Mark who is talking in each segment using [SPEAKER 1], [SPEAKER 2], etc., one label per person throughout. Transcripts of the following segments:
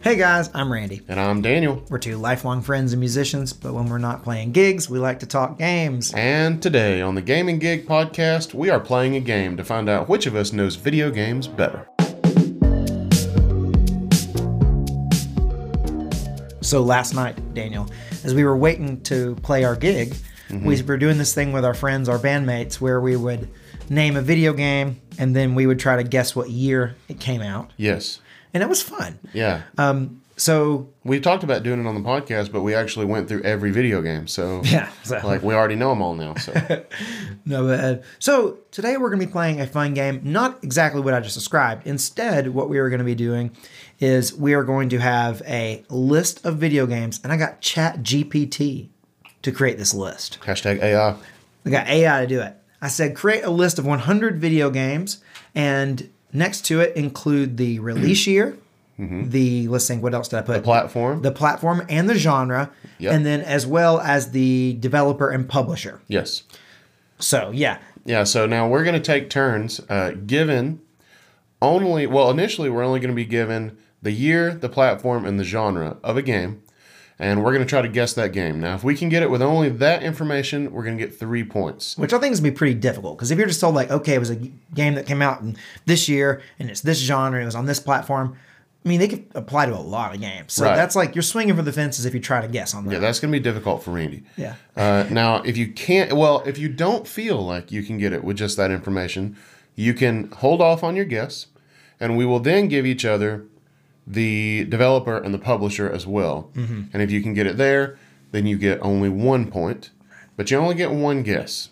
[SPEAKER 1] Hey guys, I'm Randy.
[SPEAKER 2] And I'm Daniel.
[SPEAKER 1] We're two lifelong friends and musicians, but when we're not playing gigs, we like to talk games.
[SPEAKER 2] And today on the Gaming Gig podcast, we are playing a game to find out which of us knows video games better.
[SPEAKER 1] So last night, Daniel, as we were waiting to play our gig, we were doing this thing with our friends, our bandmates, where we would name a video game and then we would try to guess what year it came out.
[SPEAKER 2] Yes.
[SPEAKER 1] And it was fun.
[SPEAKER 2] Yeah.
[SPEAKER 1] Um, so,
[SPEAKER 2] we talked about doing it on the podcast, but we actually went through every video game. So,
[SPEAKER 1] yeah. So,
[SPEAKER 2] like, we already know them all now. So,
[SPEAKER 1] no, but, uh, so today we're going to be playing a fun game, not exactly what I just described. Instead, what we are going to be doing is we are going to have a list of video games, and I got Chat GPT to create this list.
[SPEAKER 2] hashtag AI.
[SPEAKER 1] I got AI to do it. I said, create a list of 100 video games, and next to it include the release year, the let's think, what else did I put? The
[SPEAKER 2] Platform.
[SPEAKER 1] the platform and the genre,
[SPEAKER 2] Yep.
[SPEAKER 1] and then as well as the developer and publisher.
[SPEAKER 2] yes.
[SPEAKER 1] So yeah,
[SPEAKER 2] Yeah. So now we're going to take turns uh, given only, well, initially, we're only going to be given the year, the platform, and the genre of a game. And we're going to try to guess that game. Now, if we can get it with only that information, we're going to get three points.
[SPEAKER 1] which I think is gonna be pretty difficult because if you're just told like, okay, it was a g- game that came out in this year and it's this genre, it was on this platform. I mean, they could apply to a lot of games. So
[SPEAKER 2] Right.
[SPEAKER 1] that's like you're swinging for the fences if you try to guess on that.
[SPEAKER 2] Yeah, that's going to be difficult for Randy.
[SPEAKER 1] Yeah.
[SPEAKER 2] Uh, now, if you can't, well, if you don't feel like you can get it with just that information, you can hold off on your guess, and we will then give each other the developer and the publisher as well.
[SPEAKER 1] Mm-hmm.
[SPEAKER 2] And if you can get it there, then you get only one point, but you only get one guess.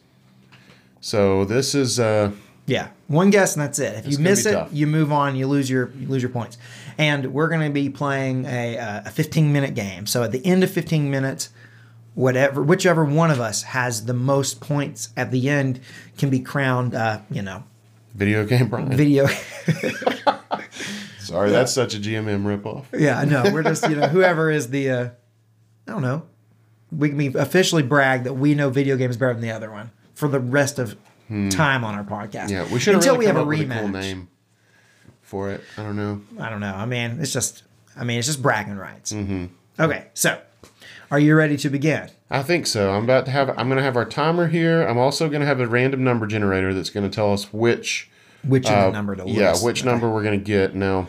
[SPEAKER 2] So this is uh,
[SPEAKER 1] Yeah, one guess and that's it. If you
[SPEAKER 2] gonna
[SPEAKER 1] miss
[SPEAKER 2] be
[SPEAKER 1] it,
[SPEAKER 2] tough.
[SPEAKER 1] you move on. You lose your you lose your points. And we're going to be playing a uh, a 15 minute game. So at the end of 15 minutes, whatever whichever one of us has the most points at the end can be crowned. Uh, you know,
[SPEAKER 2] video game Brian.
[SPEAKER 1] video.
[SPEAKER 2] Sorry, that's such a GMM ripoff.
[SPEAKER 1] yeah, I know. We're just you know whoever is the uh, I don't know. We can be officially brag that we know video games better than the other one for the rest of time on our podcast.
[SPEAKER 2] Hmm. Yeah, we should have
[SPEAKER 1] until
[SPEAKER 2] really
[SPEAKER 1] we have
[SPEAKER 2] come
[SPEAKER 1] a
[SPEAKER 2] up with a cool
[SPEAKER 1] rematch.
[SPEAKER 2] name for it. I don't know.
[SPEAKER 1] I don't know. I mean, it's just, I mean, it's just bragging rights. Mm-hmm. Okay, so are you ready to begin?
[SPEAKER 2] I think so. I'm about to have. I'm going to have our timer here. I'm also going to have a random number generator that's going to tell us which.
[SPEAKER 1] Which is
[SPEAKER 2] uh,
[SPEAKER 1] the number to list?
[SPEAKER 2] yeah, which number we're going to get now.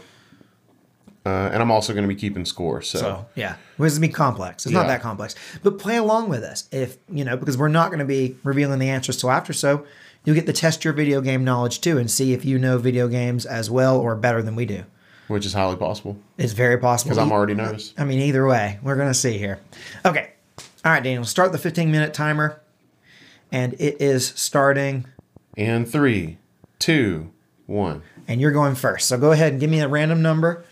[SPEAKER 2] Uh, and I'm also going to be keeping score. So,
[SPEAKER 1] So yeah, well, it's gonna be complex. It's not
[SPEAKER 2] Oh, Yeah.
[SPEAKER 1] that complex, but play along with us if you know because we're not gonna be revealing the answers till after. So you'll get to test your video game knowledge too and see if you know video games as well or better than we do.
[SPEAKER 2] which is highly possible
[SPEAKER 1] It's very possible.
[SPEAKER 2] because I'm already nervous.
[SPEAKER 1] I mean, either way, we're gonna see here. Okay, all right, Daniel, start the 15 minute timer, and it is starting.
[SPEAKER 2] And three, two, one.
[SPEAKER 1] and you're going first. So go ahead and give me a random number.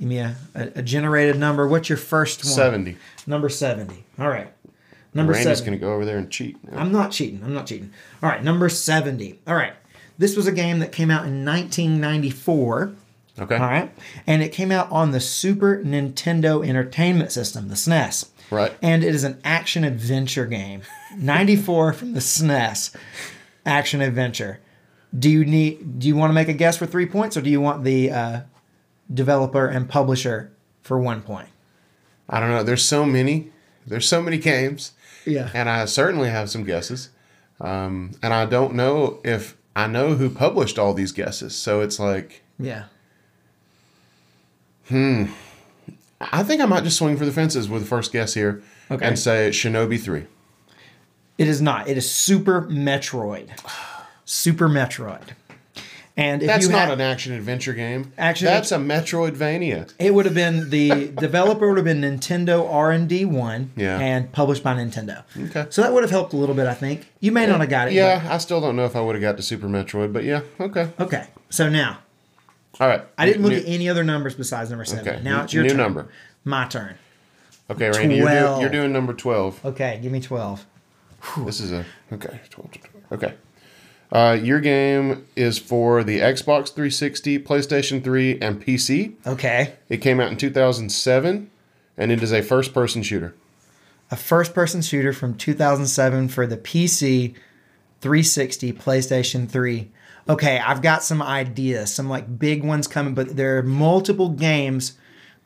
[SPEAKER 1] Give me a, a, a generated number. What's your first one?
[SPEAKER 2] Seventy.
[SPEAKER 1] Number 70. All right. Number
[SPEAKER 2] Randy's
[SPEAKER 1] 70.
[SPEAKER 2] going to go over there and cheat. now.
[SPEAKER 1] I'm not cheating. I'm not cheating. All right. Number 70. All right. This was a game that came out in 1994.
[SPEAKER 2] Okay.
[SPEAKER 1] All right. And it came out on the Super Nintendo Entertainment System, the SNES.
[SPEAKER 2] Right.
[SPEAKER 1] And it is an action adventure game. 94 from the SNES. Action adventure. Do you need do you want to make a guess for 3 points or do you want the uh, developer and publisher for 1 point?
[SPEAKER 2] I don't know. There's so many. There's so many games.
[SPEAKER 1] Yeah.
[SPEAKER 2] and I certainly have some guesses. Um, and I don't know if I know who published all these guesses. So it's like,
[SPEAKER 1] Yeah.
[SPEAKER 2] I think I might just swing for the fences with the first guess here
[SPEAKER 1] Okay.
[SPEAKER 2] and say Shinobi 3.
[SPEAKER 1] It is not. It is Super Metroid. Super Metroid. And if
[SPEAKER 2] That's
[SPEAKER 1] you
[SPEAKER 2] not
[SPEAKER 1] had,
[SPEAKER 2] an action adventure game.
[SPEAKER 1] Action-
[SPEAKER 2] That's a Metroidvania.
[SPEAKER 1] It would have been the developer would have been Nintendo R and D one,
[SPEAKER 2] Yeah.
[SPEAKER 1] and published by Nintendo.
[SPEAKER 2] Okay.
[SPEAKER 1] so that would have helped a little bit, I think. You may not have got it.
[SPEAKER 2] Yeah, I still don't know if I would have got to Super Metroid, but yeah, okay.
[SPEAKER 1] but- okay. So now
[SPEAKER 2] All right.
[SPEAKER 1] I didn't look
[SPEAKER 2] New-
[SPEAKER 1] at any other numbers besides number seven.
[SPEAKER 2] Okay.
[SPEAKER 1] Now it's your
[SPEAKER 2] New
[SPEAKER 1] turn.
[SPEAKER 2] number.
[SPEAKER 1] My turn.
[SPEAKER 2] Okay, Randy, you're, doing,
[SPEAKER 1] Twelve. Oh.
[SPEAKER 2] you're doing number 12.
[SPEAKER 1] Okay, give me twelve.
[SPEAKER 2] This is a. Okay, 12 to 12. Okay. Uh, your game is for the Xbox 360, PlayStation 3, and PC.
[SPEAKER 1] Okay,
[SPEAKER 2] It came out in 2007, and it is a first-person shooter.
[SPEAKER 1] a first-person shooter from 2007 for the PC, 360, PlayStation 3. Okay, I've got some ideas, some like big ones coming, but there are multiple games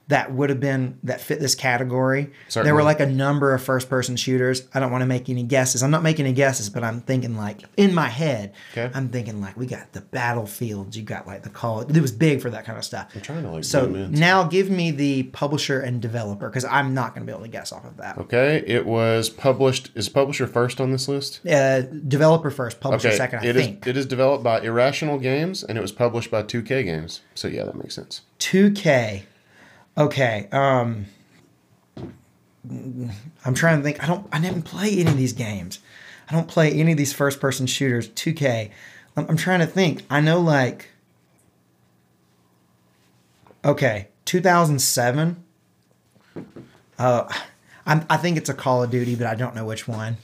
[SPEAKER 1] that would have been that fit this category. There
[SPEAKER 2] Certainly.
[SPEAKER 1] were like a number of first person shooters. I don't want to make any guesses. I'm not making any guesses, but I'm thinking like in my head,
[SPEAKER 2] Okay.
[SPEAKER 1] I'm thinking like we got the battlefields, you got like the call. It was big for that kind of stuff. I'm
[SPEAKER 2] trying to, like,
[SPEAKER 1] so
[SPEAKER 2] zoom in.
[SPEAKER 1] now give me the publisher and developer because I'm not going to be able to guess off of that.
[SPEAKER 2] Okay, it was published. Is publisher first on this list?
[SPEAKER 1] Uh, developer first, publisher
[SPEAKER 2] Okay,
[SPEAKER 1] second. I
[SPEAKER 2] it is-
[SPEAKER 1] think
[SPEAKER 2] it is developed by Irrational Games and it was published by 2K Games. So yeah, that makes sense.
[SPEAKER 1] 2K. Okay. Um I'm trying to think. I don't I didn't play any of these games. I don't play any of these first person shooters. 2K. I'm, I'm trying to think. I know like Okay, 2007. Uh I I think it's a Call of Duty, but I don't know which one.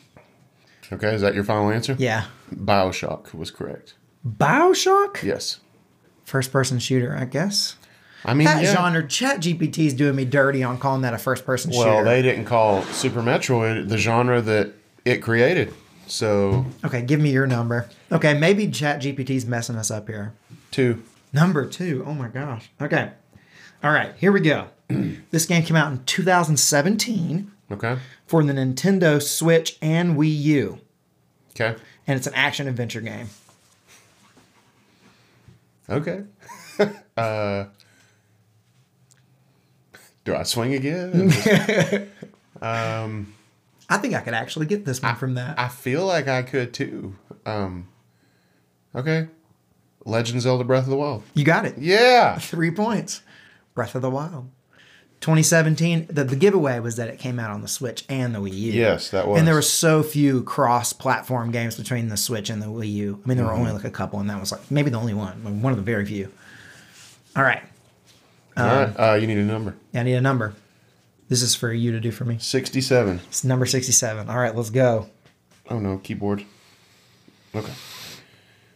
[SPEAKER 2] Okay, is that your final answer?
[SPEAKER 1] Yeah.
[SPEAKER 2] BioShock was correct.
[SPEAKER 1] BioShock?
[SPEAKER 2] Yes.
[SPEAKER 1] First person shooter, I guess.
[SPEAKER 2] I mean,
[SPEAKER 1] That
[SPEAKER 2] yeah.
[SPEAKER 1] genre, Chat GPT is doing me dirty on calling that a first person shooter.
[SPEAKER 2] Well, they didn't call Super Metroid the genre that it created. So
[SPEAKER 1] Okay, give me your number. Okay, maybe ChatGPT's messing us up here.
[SPEAKER 2] two.
[SPEAKER 1] Number two. Oh my gosh. Okay. All right, here we go. this game came out in 2017
[SPEAKER 2] Okay.
[SPEAKER 1] for the Nintendo Switch and Wii U,
[SPEAKER 2] Okay.
[SPEAKER 1] and it's an action adventure game.
[SPEAKER 2] Okay. uh, do I swing again?
[SPEAKER 1] I think I could actually get this one from that.
[SPEAKER 2] I feel like I could too. Um, okay. Legend of Zelda Breath of the Wild.
[SPEAKER 1] you got it.
[SPEAKER 2] Yeah.
[SPEAKER 1] Three points. Breath of the Wild. 2017, the, the giveaway was that it came out on the Switch and the Wii U.
[SPEAKER 2] Yes, that was.
[SPEAKER 1] And there were so few cross-platform games between the Switch and the Wii U. I mean, there
[SPEAKER 2] Mm-hmm.
[SPEAKER 1] were only like a couple, and that was like maybe the only one, like, one of the very few. All right,
[SPEAKER 2] All right. Uh, you need a number.
[SPEAKER 1] I need a number. This is for you to do for me.
[SPEAKER 2] Sixty-seven.
[SPEAKER 1] It's number sixty-seven. All right, let's go.
[SPEAKER 2] Oh no, keyboard. Okay.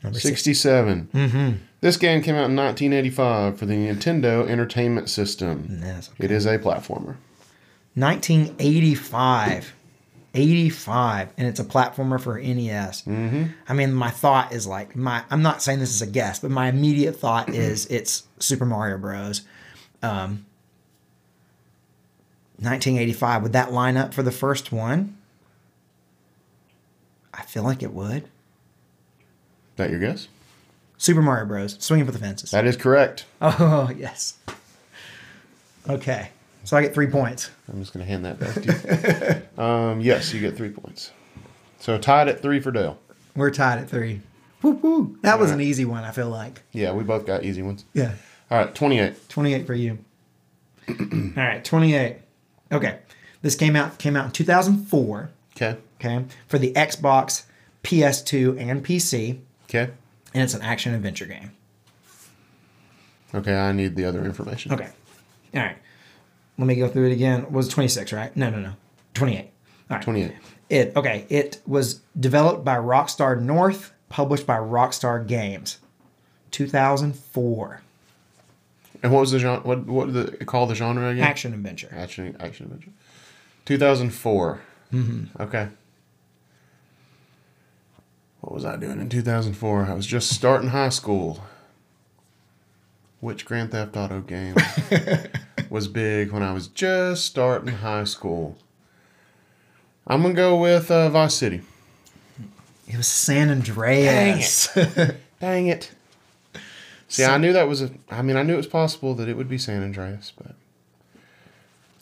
[SPEAKER 1] Number six.
[SPEAKER 2] 67. Mm-hmm. This game came out in 1985 for the Nintendo Entertainment System.
[SPEAKER 1] Yes, okay.
[SPEAKER 2] It is a platformer.
[SPEAKER 1] 1985. 85 and it's a platformer for NES. Mm-hmm. I mean, my thought is like my I'm not saying this is a guess, but my immediate thought is it's Super Mario Bros. Um, 1985 would that line up for the first one? I feel like it would.
[SPEAKER 2] Is that your guess?
[SPEAKER 1] Super Mario Bros. Swinging for the fences.
[SPEAKER 2] That is correct.
[SPEAKER 1] Oh yes. Okay, so I get three points.
[SPEAKER 2] I'm just going to hand that back to you. um, yes, you get three points. So tied at three for Dale.
[SPEAKER 1] We're tied at three. Woo woo. That was an
[SPEAKER 2] Alright.
[SPEAKER 1] easy one. I feel like.
[SPEAKER 2] Yeah, we both got easy ones.
[SPEAKER 1] Yeah.
[SPEAKER 2] All right, 28.
[SPEAKER 1] 28 for you. All right, 28. Okay. This came out came out in 2004,
[SPEAKER 2] Okay.
[SPEAKER 1] okay? For the Xbox, PS2, and PC,
[SPEAKER 2] Okay.
[SPEAKER 1] and it's an action adventure game.
[SPEAKER 2] Okay, I need the other information.
[SPEAKER 1] Okay. All right. Let me go through it again. Was 26, right? No, no, no. 28. All right.
[SPEAKER 2] 28.
[SPEAKER 1] It okay, it was developed by Rockstar North, published by Rockstar Games. 2004.
[SPEAKER 2] And what was the genre? What, what did they call the genre again?
[SPEAKER 1] Action adventure.
[SPEAKER 2] Action, action adventure. 2004. Mm-hmm. Okay. What was I doing in 2004? I was just starting high school. Which Grand Theft Auto game was big when I was just starting high school? I'm going to go with uh, Vice City.
[SPEAKER 1] It was San Andreas.
[SPEAKER 2] Dang it. See, I knew that was a. I mean, I knew it was possible that it would be San Andreas, but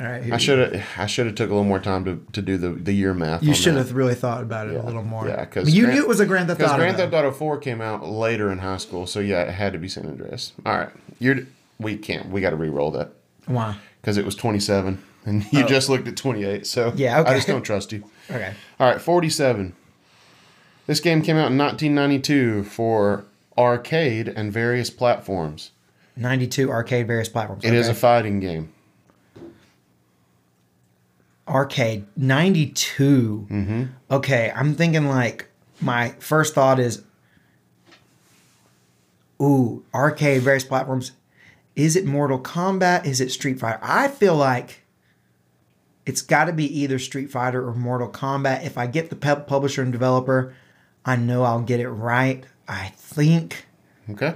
[SPEAKER 1] All right.
[SPEAKER 2] I should have. I should have took a little more time to, to do the, the year math.
[SPEAKER 1] You
[SPEAKER 2] on
[SPEAKER 1] should
[SPEAKER 2] that.
[SPEAKER 1] have really thought about it
[SPEAKER 2] Yeah,
[SPEAKER 1] a little more.
[SPEAKER 2] yeah, 'cause
[SPEAKER 1] But you
[SPEAKER 2] Grand-
[SPEAKER 1] knew it was a Grand Theft
[SPEAKER 2] Because
[SPEAKER 1] Auto.
[SPEAKER 2] Grand
[SPEAKER 1] though.
[SPEAKER 2] Theft Auto 4 came out later in high school, so yeah, it had to be San Andreas. All right, you're we can't we got to re-roll that
[SPEAKER 1] Why?
[SPEAKER 2] because it was 27 and you just looked at 28, so
[SPEAKER 1] Oh. Yeah, okay.
[SPEAKER 2] I just don't trust you.
[SPEAKER 1] Okay.
[SPEAKER 2] All right, 47. This game came out in 1992 for arcade and various platforms.
[SPEAKER 1] 92 arcade various platforms.
[SPEAKER 2] It is a fighting game.
[SPEAKER 1] arcade 92. Mm-hmm. Okay, I'm thinking like my first thought is ooh, arcade various platforms. Is it Mortal Kombat? Is it Street Fighter? I feel like it's got to be either Street Fighter or Mortal Kombat. If I get the pub- publisher and developer, I know I'll get it right. I think
[SPEAKER 2] Okay.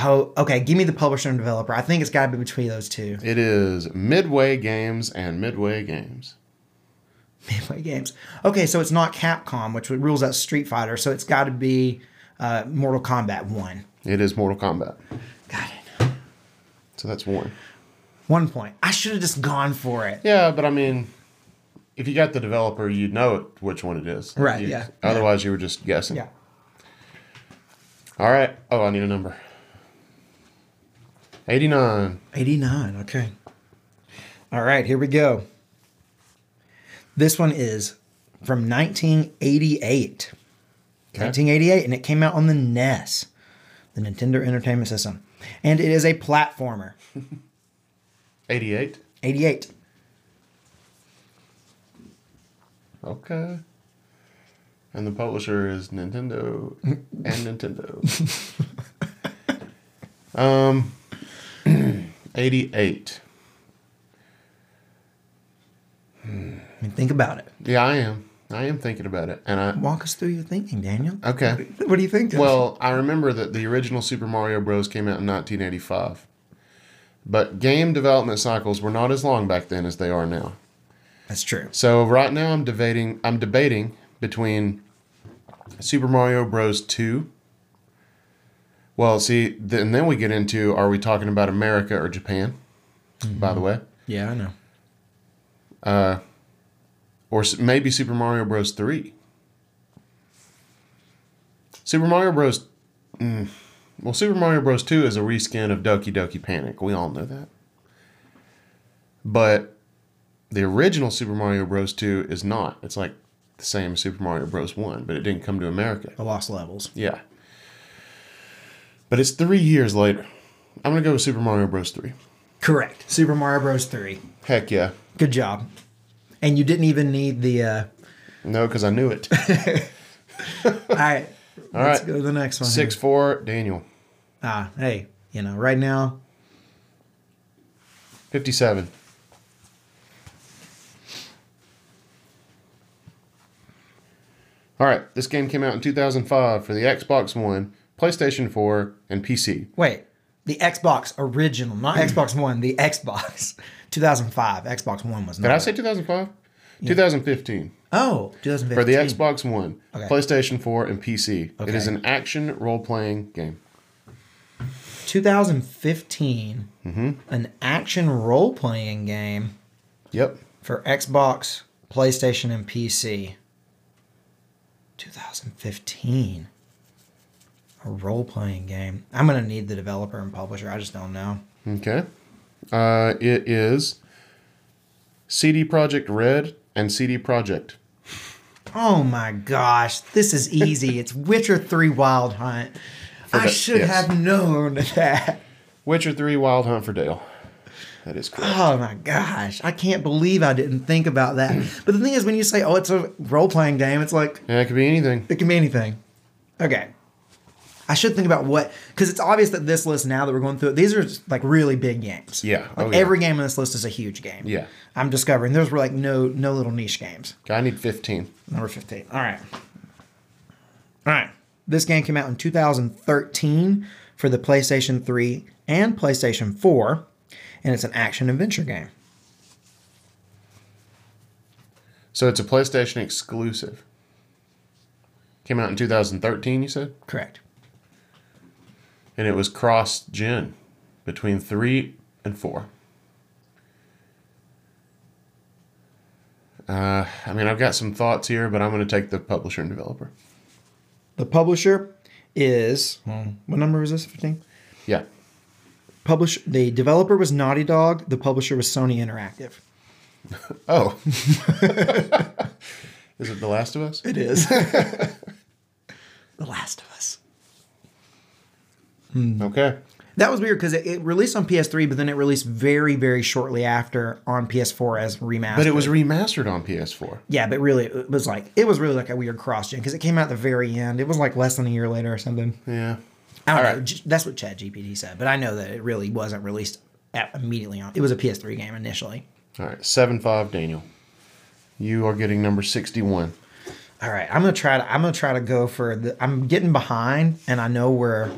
[SPEAKER 1] Oh, okay. Give me the publisher and developer. I think it's got to be between those two.
[SPEAKER 2] It is Midway Games and Midway Games.
[SPEAKER 1] Midway Games. Okay, so it's not Capcom, which rules out Street Fighter. So it's got to be uh, Mortal Kombat One.
[SPEAKER 2] It is Mortal Kombat.
[SPEAKER 1] Got it.
[SPEAKER 2] So that's one.
[SPEAKER 1] One point. I should have just gone for it.
[SPEAKER 2] Yeah, but I mean, if you got the developer, you know it, which one it is.
[SPEAKER 1] Right,
[SPEAKER 2] You-
[SPEAKER 1] yeah.
[SPEAKER 2] Otherwise, you were just guessing.
[SPEAKER 1] Yeah.
[SPEAKER 2] All right. Oh, I need a number. 89.
[SPEAKER 1] 89. Okay. All right, here we go. This one is from 1988.
[SPEAKER 2] Okay.
[SPEAKER 1] 1988, and it came out on the NES, the Nintendo Entertainment System. And it is a platformer.
[SPEAKER 2] 88.
[SPEAKER 1] 88.
[SPEAKER 2] Okay. And the publisher is Nintendo and Nintendo. um, 88.
[SPEAKER 1] I mean, think about it.
[SPEAKER 2] Yeah, I am. I am thinking about it. And I,
[SPEAKER 1] Walk us through your thinking, Daniel.
[SPEAKER 2] okay.
[SPEAKER 1] What do you think?
[SPEAKER 2] Well, I remember that the original Super Mario Bros. came out in 1985. But game development cycles were not as long back then as they are now.
[SPEAKER 1] that's true.
[SPEAKER 2] So right now I'm debating I'm debating between Super Mario Bros 2. Well, see, then then we get into are we talking about America or Japan? By the way,
[SPEAKER 1] Yeah, I know.
[SPEAKER 2] or s- maybe Super Mario Bros 3. Super Mario Bros mm, Well, Super Mario Bros 2 is a reskin of Doki Doki Panic. We all know that. But the original Super Mario Bros 2 is not. It's like the same as Super Mario Bros 1, but it didn't come to America.
[SPEAKER 1] The lost levels.
[SPEAKER 2] Yeah. But it's 3 years later. I'm going to go with Super Mario Bros 3.
[SPEAKER 1] Correct. Super Mario Bros. 3.
[SPEAKER 2] Heck yeah.
[SPEAKER 1] Good job. And you didn't even need the. Uh,
[SPEAKER 2] No, cuz I knew it.
[SPEAKER 1] all right.
[SPEAKER 2] All
[SPEAKER 1] let's
[SPEAKER 2] right.
[SPEAKER 1] go to the next one.
[SPEAKER 2] 6 4 Daniel.
[SPEAKER 1] Ah, hey, you know, right now,
[SPEAKER 2] 57. All right, this game came out in 2005 for the Xbox One, PlayStation 4, and PC.
[SPEAKER 1] wait, the Xbox original, not Xbox One, the Xbox 2005. Xbox One was not.
[SPEAKER 2] Did I say 2005? 2015
[SPEAKER 1] Oh, 2015.
[SPEAKER 2] for the Xbox One,
[SPEAKER 1] Okay.
[SPEAKER 2] PlayStation 4, and PC. It is
[SPEAKER 1] Okay.
[SPEAKER 2] an action role playing game.
[SPEAKER 1] 2015, an action role playing game
[SPEAKER 2] Yep.
[SPEAKER 1] for Xbox, PlayStation, and PC. 2015. A role playing game. I'm going to need the developer and publisher. I just don't know.
[SPEAKER 2] Okay. Uh, it is CD Project Red and CD Project.
[SPEAKER 1] Oh my gosh, this is easy. it's Witcher 3 Wild Hunt. I
[SPEAKER 2] the-
[SPEAKER 1] should
[SPEAKER 2] yes.
[SPEAKER 1] have known that.
[SPEAKER 2] Witcher 3 Wild Hunt for Dale. That is correct.
[SPEAKER 1] Oh my gosh, I can't believe I didn't think about that. but the thing is, when you say, oh, it's a role playing game, it's like,
[SPEAKER 2] Yeah, it could be anything.
[SPEAKER 1] it can be anything. Okay. I should think about what, because it's obvious that this list now that we're going through it, these are like really big games.
[SPEAKER 2] Yeah.
[SPEAKER 1] Like
[SPEAKER 2] Oh, yeah.
[SPEAKER 1] every game on this list is a huge game.
[SPEAKER 2] Yeah.
[SPEAKER 1] I'm discovering those were like no no little niche games.
[SPEAKER 2] Okay, I need 15.
[SPEAKER 1] Number 15. All right. All right. This game came out in 2013 for the PlayStation 3 and PlayStation 4, and it's an action adventure game.
[SPEAKER 2] So it's a PlayStation exclusive. Came out in 2013, you said?
[SPEAKER 1] Correct.
[SPEAKER 2] And it was cross gen between 3 and 4. Uh, I mean, I've got some thoughts here, but I'm going to take the publisher and developer.
[SPEAKER 1] The publisher is well, what number was this? 15?
[SPEAKER 2] Yeah.
[SPEAKER 1] Publish the developer was Naughty Dog, the publisher was Sony Interactive.
[SPEAKER 2] Oh. Is it The Last of Us?
[SPEAKER 1] It is. the Last of Us.
[SPEAKER 2] Okay.
[SPEAKER 1] That was weird because it, it released on PS3, but then it released very, very shortly after on PS4 as remastered.
[SPEAKER 2] But it was remastered on PS4.
[SPEAKER 1] Yeah, but really, it was like it was really like a weird cross gen because it came out at the very end. It was like less than a year later or something.
[SPEAKER 2] Yeah.
[SPEAKER 1] I don't know. J- That's what Chad GPT said, but I know that it really wasn't released at, immediately on. It was a PS3 game initially.
[SPEAKER 2] All right. 7 5, Daniel. You are getting number 61.
[SPEAKER 1] All right, I'm gonna try to I'm gonna try to go for the. I'm getting behind, and I know we're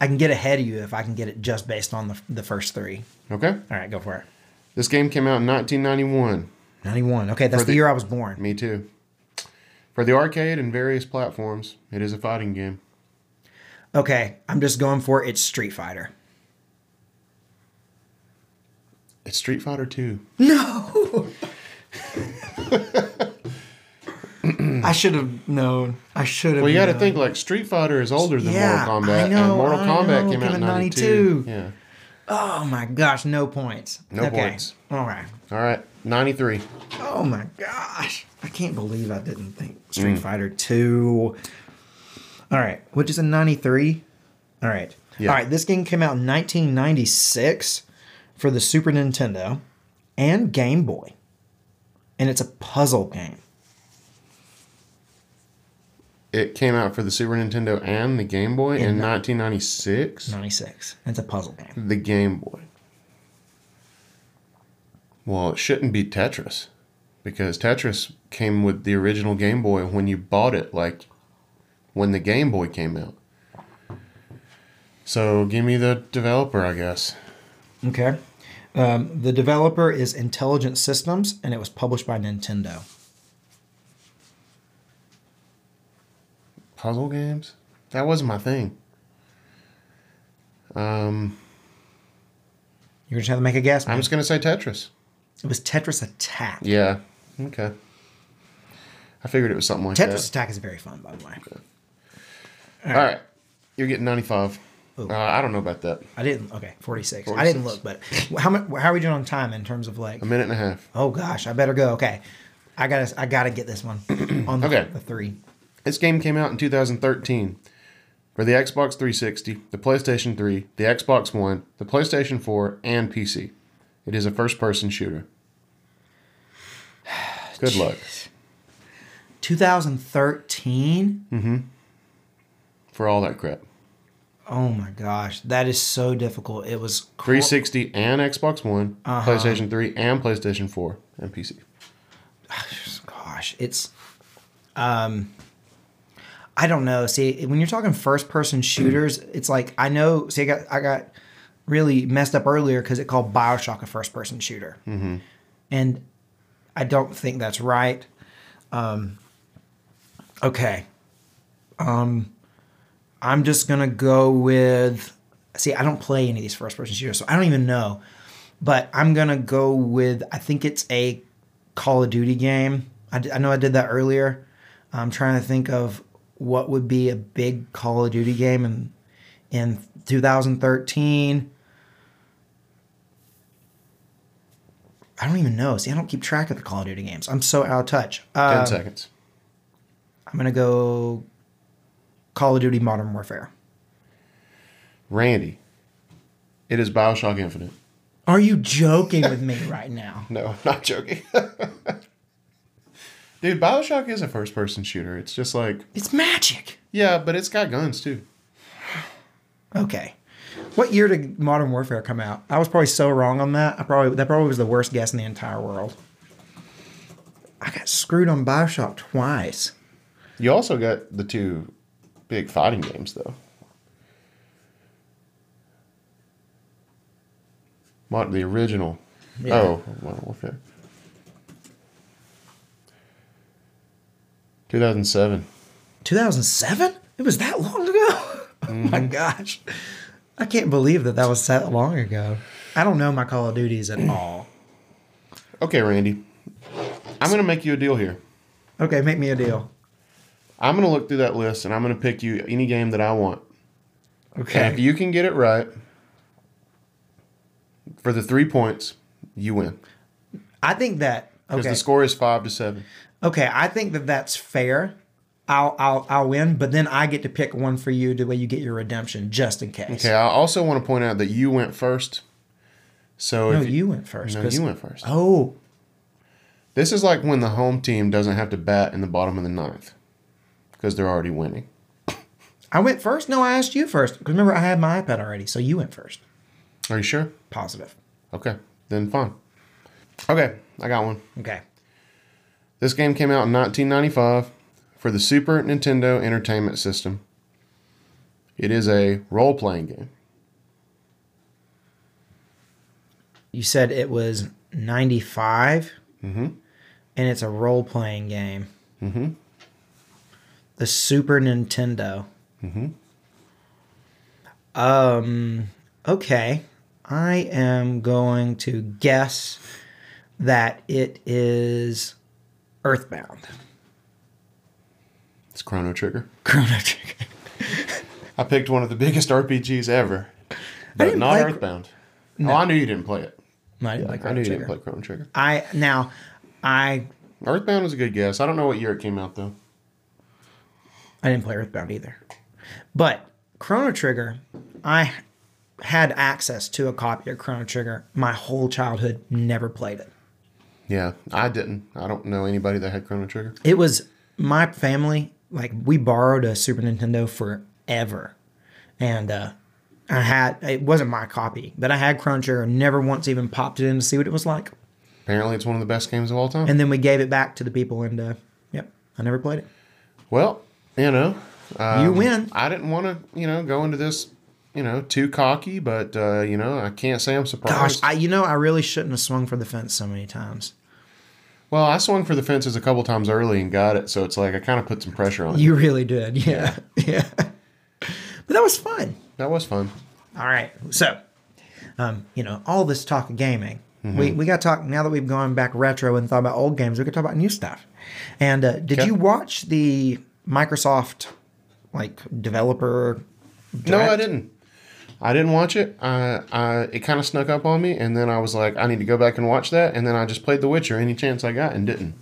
[SPEAKER 1] I can get ahead of you if I can get it just based on the, the first three.
[SPEAKER 2] Okay.
[SPEAKER 1] All right, go for it.
[SPEAKER 2] This game came out in 1991.
[SPEAKER 1] 91. Okay, that's the,
[SPEAKER 2] the-
[SPEAKER 1] year I was born.
[SPEAKER 2] Me too. For the arcade and various platforms, it is a fighting game.
[SPEAKER 1] Okay, I'm just going for it. It's Street Fighter.
[SPEAKER 2] It's Street Fighter 2.
[SPEAKER 1] No. I should have known. I should have.
[SPEAKER 2] Well, you got to
[SPEAKER 1] known.
[SPEAKER 2] think like Street Fighter is older than
[SPEAKER 1] Yeah,
[SPEAKER 2] Mortal
[SPEAKER 1] I
[SPEAKER 2] Kombat,
[SPEAKER 1] know,
[SPEAKER 2] and Mortal
[SPEAKER 1] I
[SPEAKER 2] Kombat
[SPEAKER 1] know,
[SPEAKER 2] came out in '92.
[SPEAKER 1] 92.
[SPEAKER 2] Yeah.
[SPEAKER 1] Oh my gosh, no points.
[SPEAKER 2] No points.
[SPEAKER 1] All right.
[SPEAKER 2] All right, '93.
[SPEAKER 1] Oh my gosh, I can't believe I didn't think Street
[SPEAKER 2] Mm.
[SPEAKER 1] Fighter Two. All right, which is a '93. All right.
[SPEAKER 2] Yeah.
[SPEAKER 1] All right. This game came out in 1996 for the Super Nintendo and Game Boy, and it's a puzzle game.
[SPEAKER 2] It came out for the Super Nintendo and the Game Boy in, 1996.
[SPEAKER 1] '96. It's a puzzle game.
[SPEAKER 2] The Game Boy. Well, it shouldn't be Tetris, because Tetris came with the original Game Boy when you bought it, like when the Game Boy came out. So give me the developer, I guess.
[SPEAKER 1] Okay. Um, the developer is Intelligent Systems, and it was published by Nintendo.
[SPEAKER 2] puzzle games. That was my thing. Um,
[SPEAKER 1] You're just gonna make a guess.
[SPEAKER 2] I'm
[SPEAKER 1] man.
[SPEAKER 2] just gonna say Tetris.
[SPEAKER 1] It was Tetris Attack.
[SPEAKER 2] Yeah. Okay. I figured it was something like
[SPEAKER 1] Tetris
[SPEAKER 2] that.
[SPEAKER 1] Attack is very fun, by the way.
[SPEAKER 2] All right, you're getting 95. Uh,
[SPEAKER 1] Ooh.
[SPEAKER 2] I don't know about that.
[SPEAKER 1] I didn't. Okay, 46. I didn't look,
[SPEAKER 2] 46.
[SPEAKER 1] but how much? How are we doing on time in terms of like?
[SPEAKER 2] A minute and a half.
[SPEAKER 1] Oh gosh, I better go. Okay, I gotta. I gotta get this one on the,
[SPEAKER 2] Okay.
[SPEAKER 1] the three.
[SPEAKER 2] This game came out in 2013 for the Xbox 360, the PlayStation 3, the Xbox One, the PlayStation 4, and PC. It is a first-person shooter. Good luck.
[SPEAKER 1] 2013.
[SPEAKER 2] For all that crap.
[SPEAKER 1] Oh my gosh, that is so difficult. It was cr-
[SPEAKER 2] 360 and Xbox One, PlayStation 3 and PlayStation 4 and PC.
[SPEAKER 1] Gosh, it's. Um. I don't know. See, when you're talking first-person shooters, it's like I know. See, I got I got really messed up earlier because it called Bioshock a first-person shooter, mm-hmm. and I don't think that's right. Um, okay. Um, I'm just gonna go with. See, I don't play any of these first-person shooters, so I don't even know. But I'm gonna go with. I think it's a Call of Duty game. I, d- I know I did that earlier. I'm trying to think of what would be a big Call of Duty game in in 2013. I don't even know. See, I don't keep track of the Call of Duty games. I'm so out of touch.
[SPEAKER 2] 10
[SPEAKER 1] Uh,
[SPEAKER 2] seconds.
[SPEAKER 1] I'm gonna go Call of Duty Modern Warfare.
[SPEAKER 2] Randy, it is Bioshock Infinite.
[SPEAKER 1] Are you joking with me right now?
[SPEAKER 2] No, I'm not joking. Dude, Bioshock is a first person shooter. It's just like,
[SPEAKER 1] It's magic.
[SPEAKER 2] yeah, but it's got guns too.
[SPEAKER 1] Okay. What year did Modern Warfare come out? I was probably so wrong on that. I probably that probably was the worst guess in the entire world. I got screwed on Bioshock twice.
[SPEAKER 2] You also got the two big fighting games, though. What, the original?
[SPEAKER 1] Yeah.
[SPEAKER 2] Oh, Modern Warfare. 2007.
[SPEAKER 1] 2007? It was that long ago? oh my gosh. I can't believe that that was that long ago. I don't know my Call of Duties at all.
[SPEAKER 2] Okay, Randy. I'm going to make you a deal here.
[SPEAKER 1] Okay, make me a deal.
[SPEAKER 2] I'm going to look through that list and I'm going to pick you any game that I want. And if
[SPEAKER 1] Okay.
[SPEAKER 2] you can get it right for the three points, you win.
[SPEAKER 1] I think that
[SPEAKER 2] Because
[SPEAKER 1] okay.
[SPEAKER 2] the score is five to seven.
[SPEAKER 1] okay, I think that that's fair. I'll I'll I'll win, but then I get to pick one for you the way you get your redemption just in case.
[SPEAKER 2] Okay, I also want to point out that you went first. So
[SPEAKER 1] No,
[SPEAKER 2] if
[SPEAKER 1] you went first.
[SPEAKER 2] No,
[SPEAKER 1] 'cause-
[SPEAKER 2] you went first.
[SPEAKER 1] Oh,
[SPEAKER 2] This is like when the home team doesn't have to bat in the bottom of the ninth because they're already winning.
[SPEAKER 1] I went first. No, I asked you first. 'Cause remember, I had my iPad already, so you went first.
[SPEAKER 2] Are you sure?
[SPEAKER 1] Positive.
[SPEAKER 2] Okay, then fine. Okay, I got one.
[SPEAKER 1] Okay.
[SPEAKER 2] This game came out in 1995 for the Super Nintendo Entertainment System. It is a role playing game.
[SPEAKER 1] You said it was 95
[SPEAKER 2] Mhm.
[SPEAKER 1] and it's a role playing game.
[SPEAKER 2] Mhm.
[SPEAKER 1] The Super Nintendo.
[SPEAKER 2] Mhm.
[SPEAKER 1] Um, okay. I am going to guess that it is Earthbound.
[SPEAKER 2] It's Chrono Trigger.
[SPEAKER 1] Chrono Trigger.
[SPEAKER 2] I picked one of the biggest RPGs ever, but
[SPEAKER 1] didn't
[SPEAKER 2] not
[SPEAKER 1] play-
[SPEAKER 2] Earthbound. Oh, I knew you didn't play it.
[SPEAKER 1] No, I didn't like
[SPEAKER 2] I
[SPEAKER 1] Chrono
[SPEAKER 2] knew you
[SPEAKER 1] Trigger.
[SPEAKER 2] didn't play Chrono Trigger.
[SPEAKER 1] I now I
[SPEAKER 2] Earthbound was a good guess. I don't know what year it came out though.
[SPEAKER 1] I didn't play Earthbound either. But Chrono Trigger, I had access to a copy of Chrono Trigger my whole childhood, never played it.
[SPEAKER 2] Yeah, I didn't. I don't know anybody that had Chrono Trigger.
[SPEAKER 1] It was my family, like we borrowed a Super Nintendo forever. And uh I had it wasn't my copy, but I had Chrono Trigger, never once even popped it in to see what it was like.
[SPEAKER 2] Apparently, it's one of the best games of all time.
[SPEAKER 1] And then we gave it back to the people and uh yep, I never played it.
[SPEAKER 2] Well, you know, um,
[SPEAKER 1] You win.
[SPEAKER 2] I didn't want to, you know, go into this, you know, too cocky, but uh, you know, I can't say I'm
[SPEAKER 1] Gosh,
[SPEAKER 2] surprised.
[SPEAKER 1] I you know, I really shouldn't have swung for the fence so many times.
[SPEAKER 2] well, I swung for the fences a couple times early and got it, so it's like I kind of put some pressure on it.
[SPEAKER 1] You really did. Yeah. Yeah. But that was fun.
[SPEAKER 2] That was fun.
[SPEAKER 1] All right. So, um, you know, all this talk of gaming, we, we got to talk now that we've gone back retro and thought about old games, we could talk about new stuff. And uh, did
[SPEAKER 2] Okay.
[SPEAKER 1] you watch the Microsoft like developer?
[SPEAKER 2] No, I
[SPEAKER 1] direct?
[SPEAKER 2] didn't. I didn't watch it. I, I it kind of snuck up on me, and then I was like, I need to go back and watch that. And then I just played The Witcher any chance I got and didn't.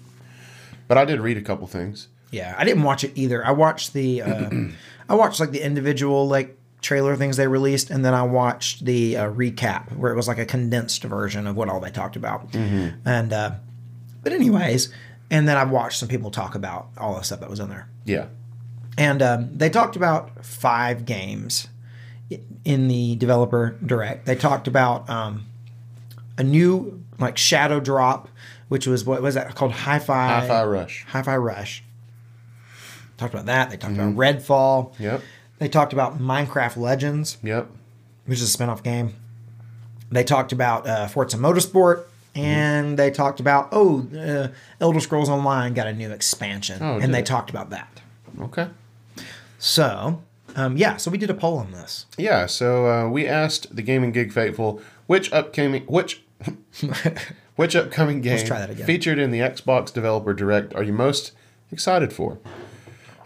[SPEAKER 2] But I did read a couple things.
[SPEAKER 1] Yeah, I didn't watch it either. I watched the, uh, I watched like the individual like trailer things they released, and then I watched the uh, recap where it was like a condensed version of what all they talked about. And uh, but anyways, and then I watched some people talk about all the stuff that was in there,
[SPEAKER 2] Yeah,
[SPEAKER 1] and um, they talked about five games i- in the developer direct. They talked about um, a new like Shadow Drop, which was what was that called? High Five.
[SPEAKER 2] Hi-Fi Rush.
[SPEAKER 1] Hi Fi Rush. Talked about that. They talked about Redfall.
[SPEAKER 2] Mm-hmm. Yep,
[SPEAKER 1] They talked about Minecraft Legends,
[SPEAKER 2] yep.
[SPEAKER 1] which is a spin off game. They talked about uh, Forza Motorsport.
[SPEAKER 2] Mm-hmm.
[SPEAKER 1] And they talked about, oh, uh, Elder Scrolls Online got a new expansion.
[SPEAKER 2] Oh,
[SPEAKER 1] and
[SPEAKER 2] did
[SPEAKER 1] they
[SPEAKER 2] it?
[SPEAKER 1] talked about that.
[SPEAKER 2] Okay.
[SPEAKER 1] So, um, yeah, so we did a poll on this.
[SPEAKER 2] Yeah, so uh, we asked the gaming gig faithful which upcoming which which upcoming game
[SPEAKER 1] try that again.
[SPEAKER 2] featured in the Xbox Developer Direct are you most excited for?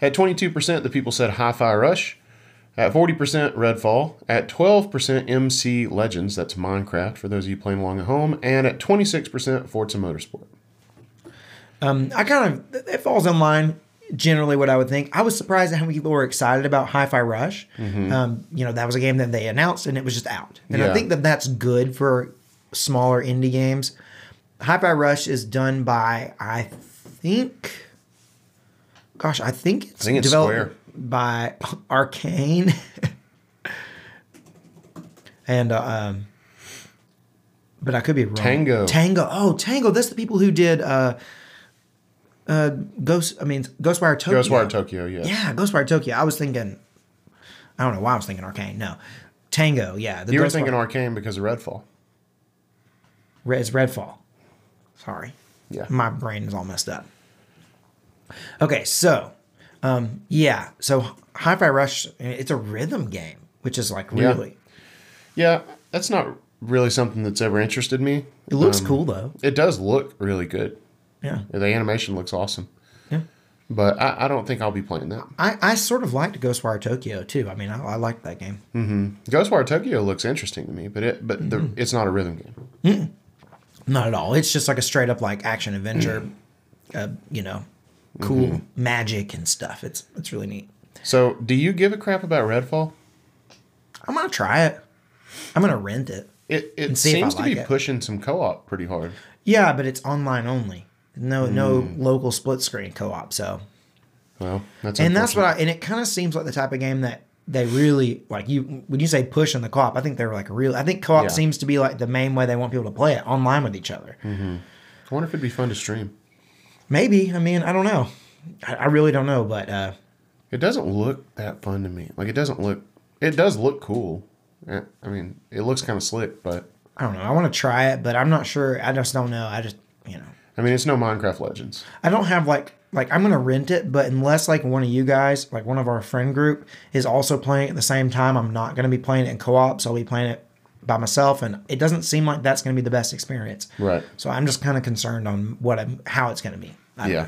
[SPEAKER 2] At 22%, the people said Hi-Fi Rush. At 40%, Redfall. At 12%, MC Legends. That's Minecraft for those of you playing along at home. And at 26%, Forza Motorsport.
[SPEAKER 1] Um, I kind of, it falls in line generally what I would think. I was surprised at how many people were excited about Hi Fi Rush. Um, you know, that was a game that they announced and it was just out. And I
[SPEAKER 2] Mm-hmm. Yeah.
[SPEAKER 1] think that that's good for smaller indie games. Hi Fi Rush is done by, I think, gosh, I think it's,
[SPEAKER 2] think it's
[SPEAKER 1] developed
[SPEAKER 2] Square.
[SPEAKER 1] by Arcane. and, uh, um, but I could be wrong.
[SPEAKER 2] Tango.
[SPEAKER 1] Tango. Oh, Tango. That's the people who did uh, uh, Ghost. I mean, Ghostwire Tokyo.
[SPEAKER 2] Ghostwire Tokyo, yeah.
[SPEAKER 1] Yeah, Ghostwire Tokyo. I was thinking. I don't know why I was thinking Arcane. No, Tango. Yeah, the
[SPEAKER 2] You were
[SPEAKER 1] Ghostwire-
[SPEAKER 2] thinking Arcane because of Redfall.
[SPEAKER 1] Red- it's Redfall. Sorry,
[SPEAKER 2] Yeah.
[SPEAKER 1] my brain is all messed up. Okay, so um, yeah, so Hi-Fi Rush. It's a rhythm game, which is like
[SPEAKER 2] Yeah.
[SPEAKER 1] really.
[SPEAKER 2] Yeah, that's not really something that's ever interested me.
[SPEAKER 1] It looks
[SPEAKER 2] Um,
[SPEAKER 1] cool though.
[SPEAKER 2] It does look really good.
[SPEAKER 1] Yeah.
[SPEAKER 2] The animation looks awesome.
[SPEAKER 1] Yeah.
[SPEAKER 2] But I, I don't think I'll be playing that.
[SPEAKER 1] I, I sort of liked Ghostwire Tokyo too. I mean, I, I liked that game.
[SPEAKER 2] Ghostwire Tokyo looks interesting to me, but it but the,
[SPEAKER 1] Mm-hmm.
[SPEAKER 2] it's not a rhythm game.
[SPEAKER 1] Not at all. It's just like a straight up like action adventure, uh, you know, cool magic and stuff. It's it's really neat.
[SPEAKER 2] So, do you give a crap about Redfall?
[SPEAKER 1] I'm gonna try it. I'm gonna rent it.
[SPEAKER 2] It it
[SPEAKER 1] see if I
[SPEAKER 2] seems to
[SPEAKER 1] like
[SPEAKER 2] be
[SPEAKER 1] it.
[SPEAKER 2] pushing some co-op pretty hard.
[SPEAKER 1] Yeah, but it's online only. No no local split screen co op. So
[SPEAKER 2] Well, that's
[SPEAKER 1] and that's what
[SPEAKER 2] unfortunate.
[SPEAKER 1] I and it kind of seems like the type of game that they really like you when you say push in the co-op i think they're like real i think co-op
[SPEAKER 2] Yeah.
[SPEAKER 1] seems to be like the main way they want people to play it online with each other
[SPEAKER 2] I wonder if it'd be fun to stream.
[SPEAKER 1] maybe i mean i don't know i, I really don't know but uh
[SPEAKER 2] It doesn't look that fun to me. Like it doesn't look It does look cool. Eh, I mean, it looks kind of slick, but
[SPEAKER 1] I don't know. I want to try it, but I'm not sure. I just don't know. I just you know.
[SPEAKER 2] I mean, it's no Minecraft Legends.
[SPEAKER 1] I don't have like like I'm gonna rent it, but unless like one of you guys, like one of our friend group, is also playing at the same time, I'm not gonna be playing it in co-op. So I'll be playing it by myself, and it doesn't seem like that's gonna be the best experience.
[SPEAKER 2] Right.
[SPEAKER 1] So I'm just kind of concerned on what I'm, how it's gonna be. I don't
[SPEAKER 2] yeah.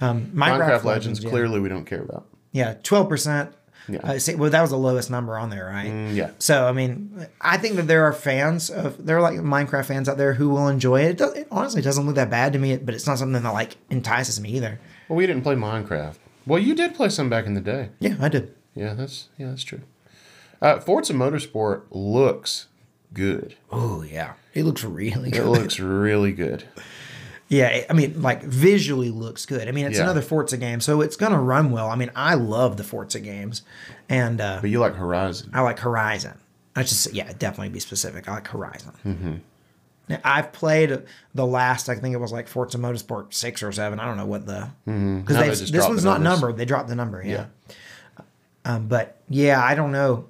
[SPEAKER 1] know. Um,
[SPEAKER 2] Minecraft, Legends,
[SPEAKER 1] yeah.
[SPEAKER 2] clearly we don't care about.
[SPEAKER 1] Yeah, twelve percent.
[SPEAKER 2] Yeah.
[SPEAKER 1] Uh, see, well, that was the lowest number on there, right?
[SPEAKER 2] Mm, yeah.
[SPEAKER 1] So I mean, I think that there are fans of there are like Minecraft fans out there who will enjoy it. It, does, it honestly doesn't look that bad to me, but it's not something that like entices me either.
[SPEAKER 2] Well, we didn't play Minecraft. Well, you did play some back in the day.
[SPEAKER 1] Yeah, I did.
[SPEAKER 2] Yeah, that's yeah, that's true. Uh, Forza Motorsport looks good.
[SPEAKER 1] Oh yeah, it looks really
[SPEAKER 2] It
[SPEAKER 1] good.
[SPEAKER 2] looks really good.
[SPEAKER 1] yeah, it- I mean, like visually looks good. I mean, it's
[SPEAKER 2] Yeah.
[SPEAKER 1] another Forza game, so it's gonna run well. I mean, I love the Forza games, and uh,
[SPEAKER 2] But you like Horizon?
[SPEAKER 1] I like Horizon. I just yeah, definitely be specific. I like Horizon.
[SPEAKER 2] Mm-hmm.
[SPEAKER 1] Yeah, I've played the last. I think it was like Forza Motorsport six or seven. I don't know what the because
[SPEAKER 2] Mm-hmm. Now they
[SPEAKER 1] they
[SPEAKER 2] just
[SPEAKER 1] this
[SPEAKER 2] dropped
[SPEAKER 1] one's
[SPEAKER 2] the
[SPEAKER 1] not
[SPEAKER 2] numbers.
[SPEAKER 1] numbered. They dropped the number. Yeah.
[SPEAKER 2] Yeah.
[SPEAKER 1] Um, but yeah, I don't know.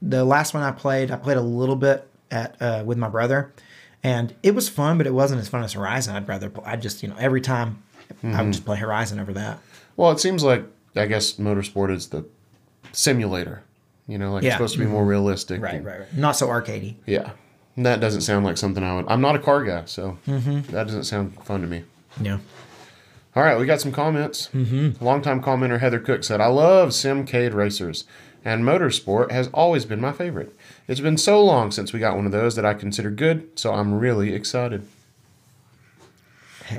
[SPEAKER 1] The last one I played, I played a little bit at uh, with my brother, and it was fun, but it wasn't as fun as Horizon. I'd rather I just you know every time I
[SPEAKER 2] Mm-hmm.
[SPEAKER 1] would just play Horizon over that.
[SPEAKER 2] Well, it seems like I guess Motorsport is the simulator. You know, like
[SPEAKER 1] Yeah. Mm-hmm.
[SPEAKER 2] it's supposed to be more realistic. and-
[SPEAKER 1] right. Not so arcadey.
[SPEAKER 2] Yeah. And that doesn't sound like something I would. I'm not a car guy, so
[SPEAKER 1] Mm-hmm.
[SPEAKER 2] that doesn't sound fun to me.
[SPEAKER 1] Yeah.
[SPEAKER 2] All right, we got some comments. Mm-hmm. Longtime commenter Heather Cook said, I love Simcade racers, and motorsport has always been my favorite. It's been so long since we got one of those that I consider good, so I'm really excited.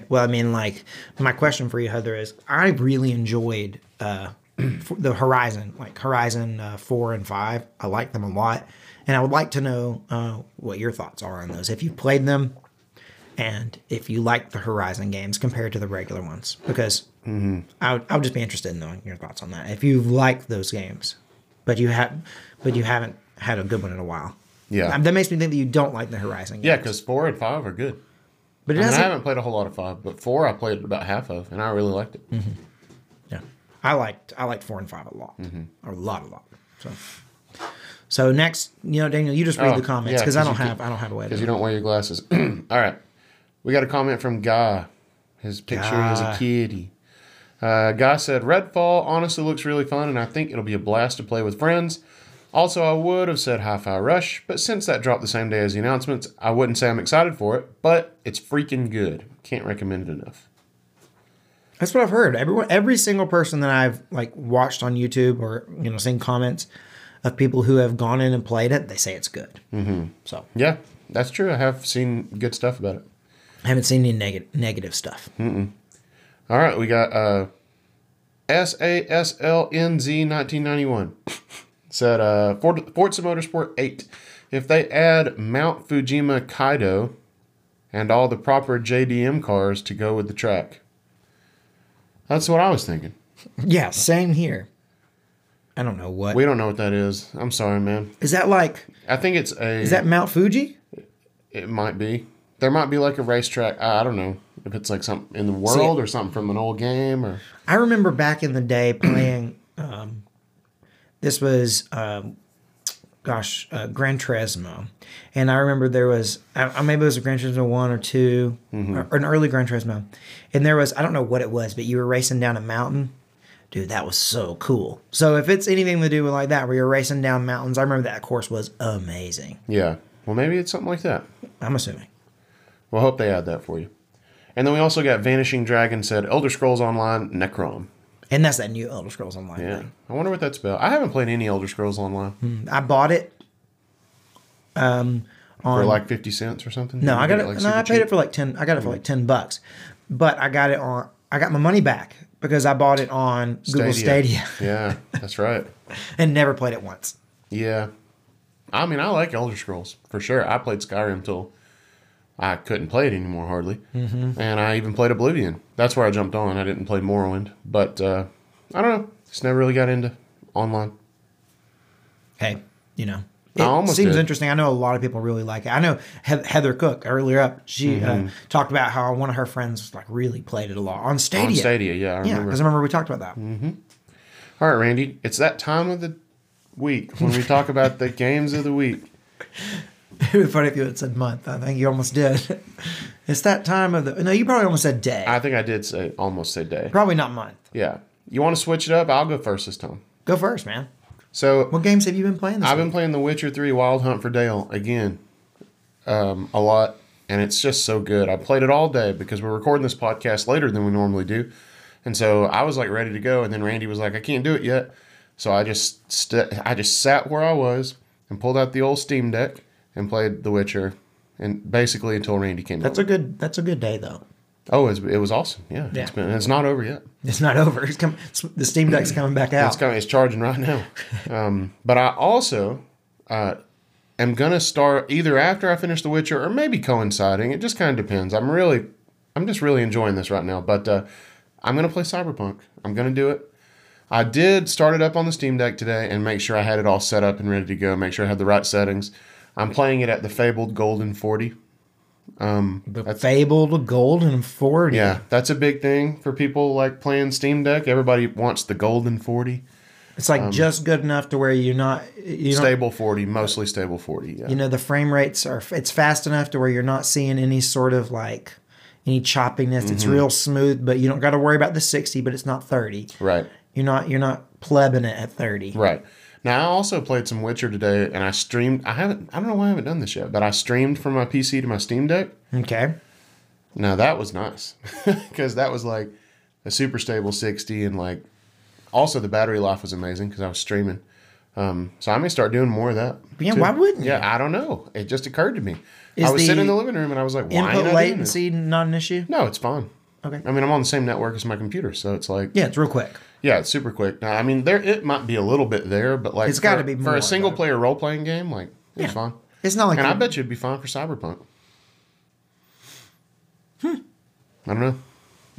[SPEAKER 1] Well, I mean, like my question for you, Heather, is I really enjoyed uh, f- the Horizon, like Horizon uh, four and five. I like them a lot, and I would like to know uh, what your thoughts are on those. If you played them, and if you like the Horizon games compared to the regular ones, because
[SPEAKER 2] Mm-hmm.
[SPEAKER 1] I would, I would just be interested in knowing your thoughts on that. If you like those games, but you have, but you haven't had a good one in a while.
[SPEAKER 2] Yeah.
[SPEAKER 1] Um, that makes me think that you don't like the Horizon. Games.
[SPEAKER 2] Yeah, because four and five are good.
[SPEAKER 1] but it
[SPEAKER 2] I, mean, I
[SPEAKER 1] doesn't.
[SPEAKER 2] haven't played a whole lot of five, but four I played about half of, and I really liked it.
[SPEAKER 1] Yeah. I liked I liked four and five a lot.
[SPEAKER 2] Mm-hmm.
[SPEAKER 1] A lot, a lot. So So next, you know, Daniel, you just read
[SPEAKER 2] Oh,
[SPEAKER 1] the comments
[SPEAKER 2] yeah,
[SPEAKER 1] because I
[SPEAKER 2] 'cause
[SPEAKER 1] don't
[SPEAKER 2] you keep-
[SPEAKER 1] have I don't have a way
[SPEAKER 2] Because
[SPEAKER 1] to
[SPEAKER 2] you don't wear your glasses. All right. We got a comment from Guy. His picture is a
[SPEAKER 1] Guy.
[SPEAKER 2] kitty. Uh, Guy said, Redfall honestly looks really fun, and I think it'll be a blast to play with friends. Also, I would have said Hi Fi Rush, but since that dropped the same day as the announcements, I wouldn't say I'm excited for it, but it's freaking good. Can't recommend it enough.
[SPEAKER 1] That's what I've heard. Everyone every single person that I've like watched on YouTube or you know, seen comments of people who have gone in and played it, they say it's good. Mm-hmm. So
[SPEAKER 2] Yeah, that's true. I have seen good stuff about it.
[SPEAKER 1] I haven't seen any negative negative stuff.
[SPEAKER 2] Mm-hmm. All right, we got uh, S A S L N Z nineteen ninety one said uh, Ford, Forza Motorsport eight. If they add Mount Fujima Kaido and all the proper JDM cars to go with the track, that's what I was thinking.
[SPEAKER 1] Yeah, same here. I don't know what is
[SPEAKER 2] We don't know what that is. I'm sorry, man.
[SPEAKER 1] that like
[SPEAKER 2] I think it's a.
[SPEAKER 1] is that Mount Fuji?
[SPEAKER 2] It might be. There might be like a racetrack. I I don't know if it's like something in the world or something from an old game or.
[SPEAKER 1] I remember back in the day playing. Um, this was, um, gosh, uh, Gran Turismo, and I remember there was I, I- maybe it was a Gran Turismo one or 2 or, or an early Gran Turismo, and there was I don't know what it was, but you were racing down a mountain. Dude, that was so cool. So if it's anything to do with like that, where you're racing down mountains, I remember that course was amazing.
[SPEAKER 2] Yeah. Well, maybe it's something like that.
[SPEAKER 1] I'm assuming.
[SPEAKER 2] We'll hope they add that for you. And then we also got Vanishing Dragon said Elder Scrolls Online Necrom.
[SPEAKER 1] And that's that new Elder Scrolls Online
[SPEAKER 2] Yeah.
[SPEAKER 1] thing.
[SPEAKER 2] I wonder what that's about. I haven't played any Elder Scrolls Online
[SPEAKER 1] I bought it.
[SPEAKER 2] for like 50 cents or something.
[SPEAKER 1] No,
[SPEAKER 2] You
[SPEAKER 1] I
[SPEAKER 2] get
[SPEAKER 1] got it.
[SPEAKER 2] like,
[SPEAKER 1] no,
[SPEAKER 2] super
[SPEAKER 1] I paid
[SPEAKER 2] cheap.
[SPEAKER 1] it for like ten. I got it for like ten bucks, but I got it on. I got my money back because I bought it on Google Stadia
[SPEAKER 2] yeah, that's right.
[SPEAKER 1] and never played it once.
[SPEAKER 2] Yeah. I mean, I like Elder Scrolls for sure. I played Skyrim till I couldn't play it anymore hardly. Mm-hmm. And I even played Oblivion. That's where I jumped on. I didn't play Morrowind, but uh, I don't know. Just never really got into online.
[SPEAKER 1] Hey, you know, it
[SPEAKER 2] I almost
[SPEAKER 1] seems
[SPEAKER 2] did.
[SPEAKER 1] interesting. I know a lot of people really like it. I know he- Heather Cook earlier up. She uh, talked about how one of her friends like really played it a lot on Stadia.
[SPEAKER 2] Mm-hmm. On Stadia, yeah,
[SPEAKER 1] Yeah,
[SPEAKER 2] I remember. Mm-hmm.
[SPEAKER 1] because I remember we talked about that.
[SPEAKER 2] All right, Randy, it's that time of the week when we talk about the games of the week.
[SPEAKER 1] It would be funny if you had said month. I think you almost did. it's that time of the. No, you probably almost said day.
[SPEAKER 2] I think I did say almost say day.
[SPEAKER 1] probably not month.
[SPEAKER 2] Yeah. You want to switch it up? I'll go first this time.
[SPEAKER 1] Go first, man.
[SPEAKER 2] So
[SPEAKER 1] What games have you been playing this
[SPEAKER 2] I've
[SPEAKER 1] week?
[SPEAKER 2] been playing The Witcher 3 Wild Hunt for Dale again um, a lot, and it's just so good. I played it all day because we're recording this podcast later than we normally do. And so I was like ready to go, and then Randy was like, I can't do it yet. So I just st- I just sat where I was and pulled out the old Steam Deck and played The Witcher, and basically until Randy came.
[SPEAKER 1] That's a good. That's a good day though.
[SPEAKER 2] Oh, it was, it was awesome. Yeah, it's
[SPEAKER 1] Yeah.
[SPEAKER 2] been it's not over yet.
[SPEAKER 1] It's not over. It's come. it's- The Steam Deck's coming back out.
[SPEAKER 2] It's coming. It's charging right now. Um, but I also uh, am gonna start either after I finish The Witcher or maybe coinciding. It just kind of depends. I'm really, I'm just really enjoying this right now. But uh, I'm gonna play Cyberpunk. I'm gonna do it. I did start it up on the Steam Deck today and make sure I had it all set up and ready to go. Make sure I had the right settings. I'm playing it at the fabled golden forty.
[SPEAKER 1] the fabled golden forty.
[SPEAKER 2] Yeah, that's a big thing for people like playing Steam Deck. Everybody wants the golden forty,
[SPEAKER 1] It's
[SPEAKER 2] um,
[SPEAKER 1] like just good enough to where you're not. You know,
[SPEAKER 2] stable forty, mostly stable forty. Yeah.
[SPEAKER 1] you know the frame rates are. It's fast enough to where you're not seeing any sort of like any choppiness.
[SPEAKER 2] Mm-hmm.
[SPEAKER 1] It's real smooth, but you don't got to worry about the sixty. But it's not thirty.
[SPEAKER 2] Right.
[SPEAKER 1] You're not. You're not plebbing it at thirty.
[SPEAKER 2] Right. Now I also played some Witcher today and I streamed I haven't I don't know why I haven't done this yet, but I streamed from my PC to my Steam Deck.
[SPEAKER 1] Okay.
[SPEAKER 2] Now that was nice. Cuz that was like a super stable 60 and like also the battery life was amazing cuz I was streaming. Um, so I may start doing more of that.
[SPEAKER 1] Yeah, why wouldn't
[SPEAKER 2] Yeah, I don't know. It just occurred to me.
[SPEAKER 1] Is
[SPEAKER 2] I was sitting in
[SPEAKER 1] the
[SPEAKER 2] the living room and I was like, why am
[SPEAKER 1] Input
[SPEAKER 2] I doing this?
[SPEAKER 1] latency not an issue.
[SPEAKER 2] No, it's fine.
[SPEAKER 1] Okay.
[SPEAKER 2] I mean, I'm on the same network as my computer, so it's like
[SPEAKER 1] Yeah, it's real quick.
[SPEAKER 2] yeah, it's super quick. Now, I mean, there it might be a little bit there, but like
[SPEAKER 1] It's gotta
[SPEAKER 2] for-
[SPEAKER 1] be
[SPEAKER 2] for
[SPEAKER 1] more,
[SPEAKER 2] a single
[SPEAKER 1] though.
[SPEAKER 2] player role playing game. Like it's
[SPEAKER 1] Yeah.
[SPEAKER 2] fine,
[SPEAKER 1] It's not like
[SPEAKER 2] and I
[SPEAKER 1] you're-
[SPEAKER 2] bet you it'd be fine for Cyberpunk. Hmm. I don't know.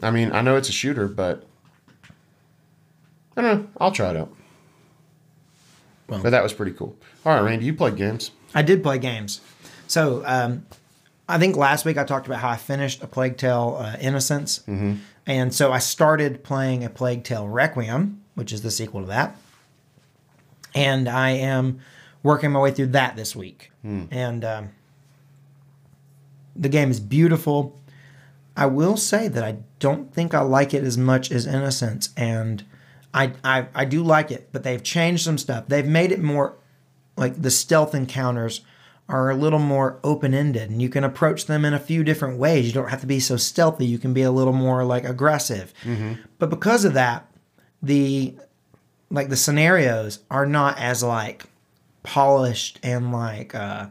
[SPEAKER 2] I mean, I know it's a shooter, but I don't know. I'll try it out.
[SPEAKER 1] Well.
[SPEAKER 2] but that was pretty cool. All right, Randy, you played games.
[SPEAKER 1] I did play games. So um, I think last week I talked about how I finished a Plague Tale uh, Innocence, and so I started playing a Plague Tale Requiem, which is the sequel to that. And I am working my way through that this week, and um, the game is beautiful. I will say that I don't think I like it as much as Innocence, and I I, I do like it, but they've changed some stuff. They've made it more like the stealth encounters are a little more open ended, and you can approach them in a few different ways. You don't have to be so stealthy. You can be a little more like aggressive. But because of that, the like the scenarios are not as like polished and like uh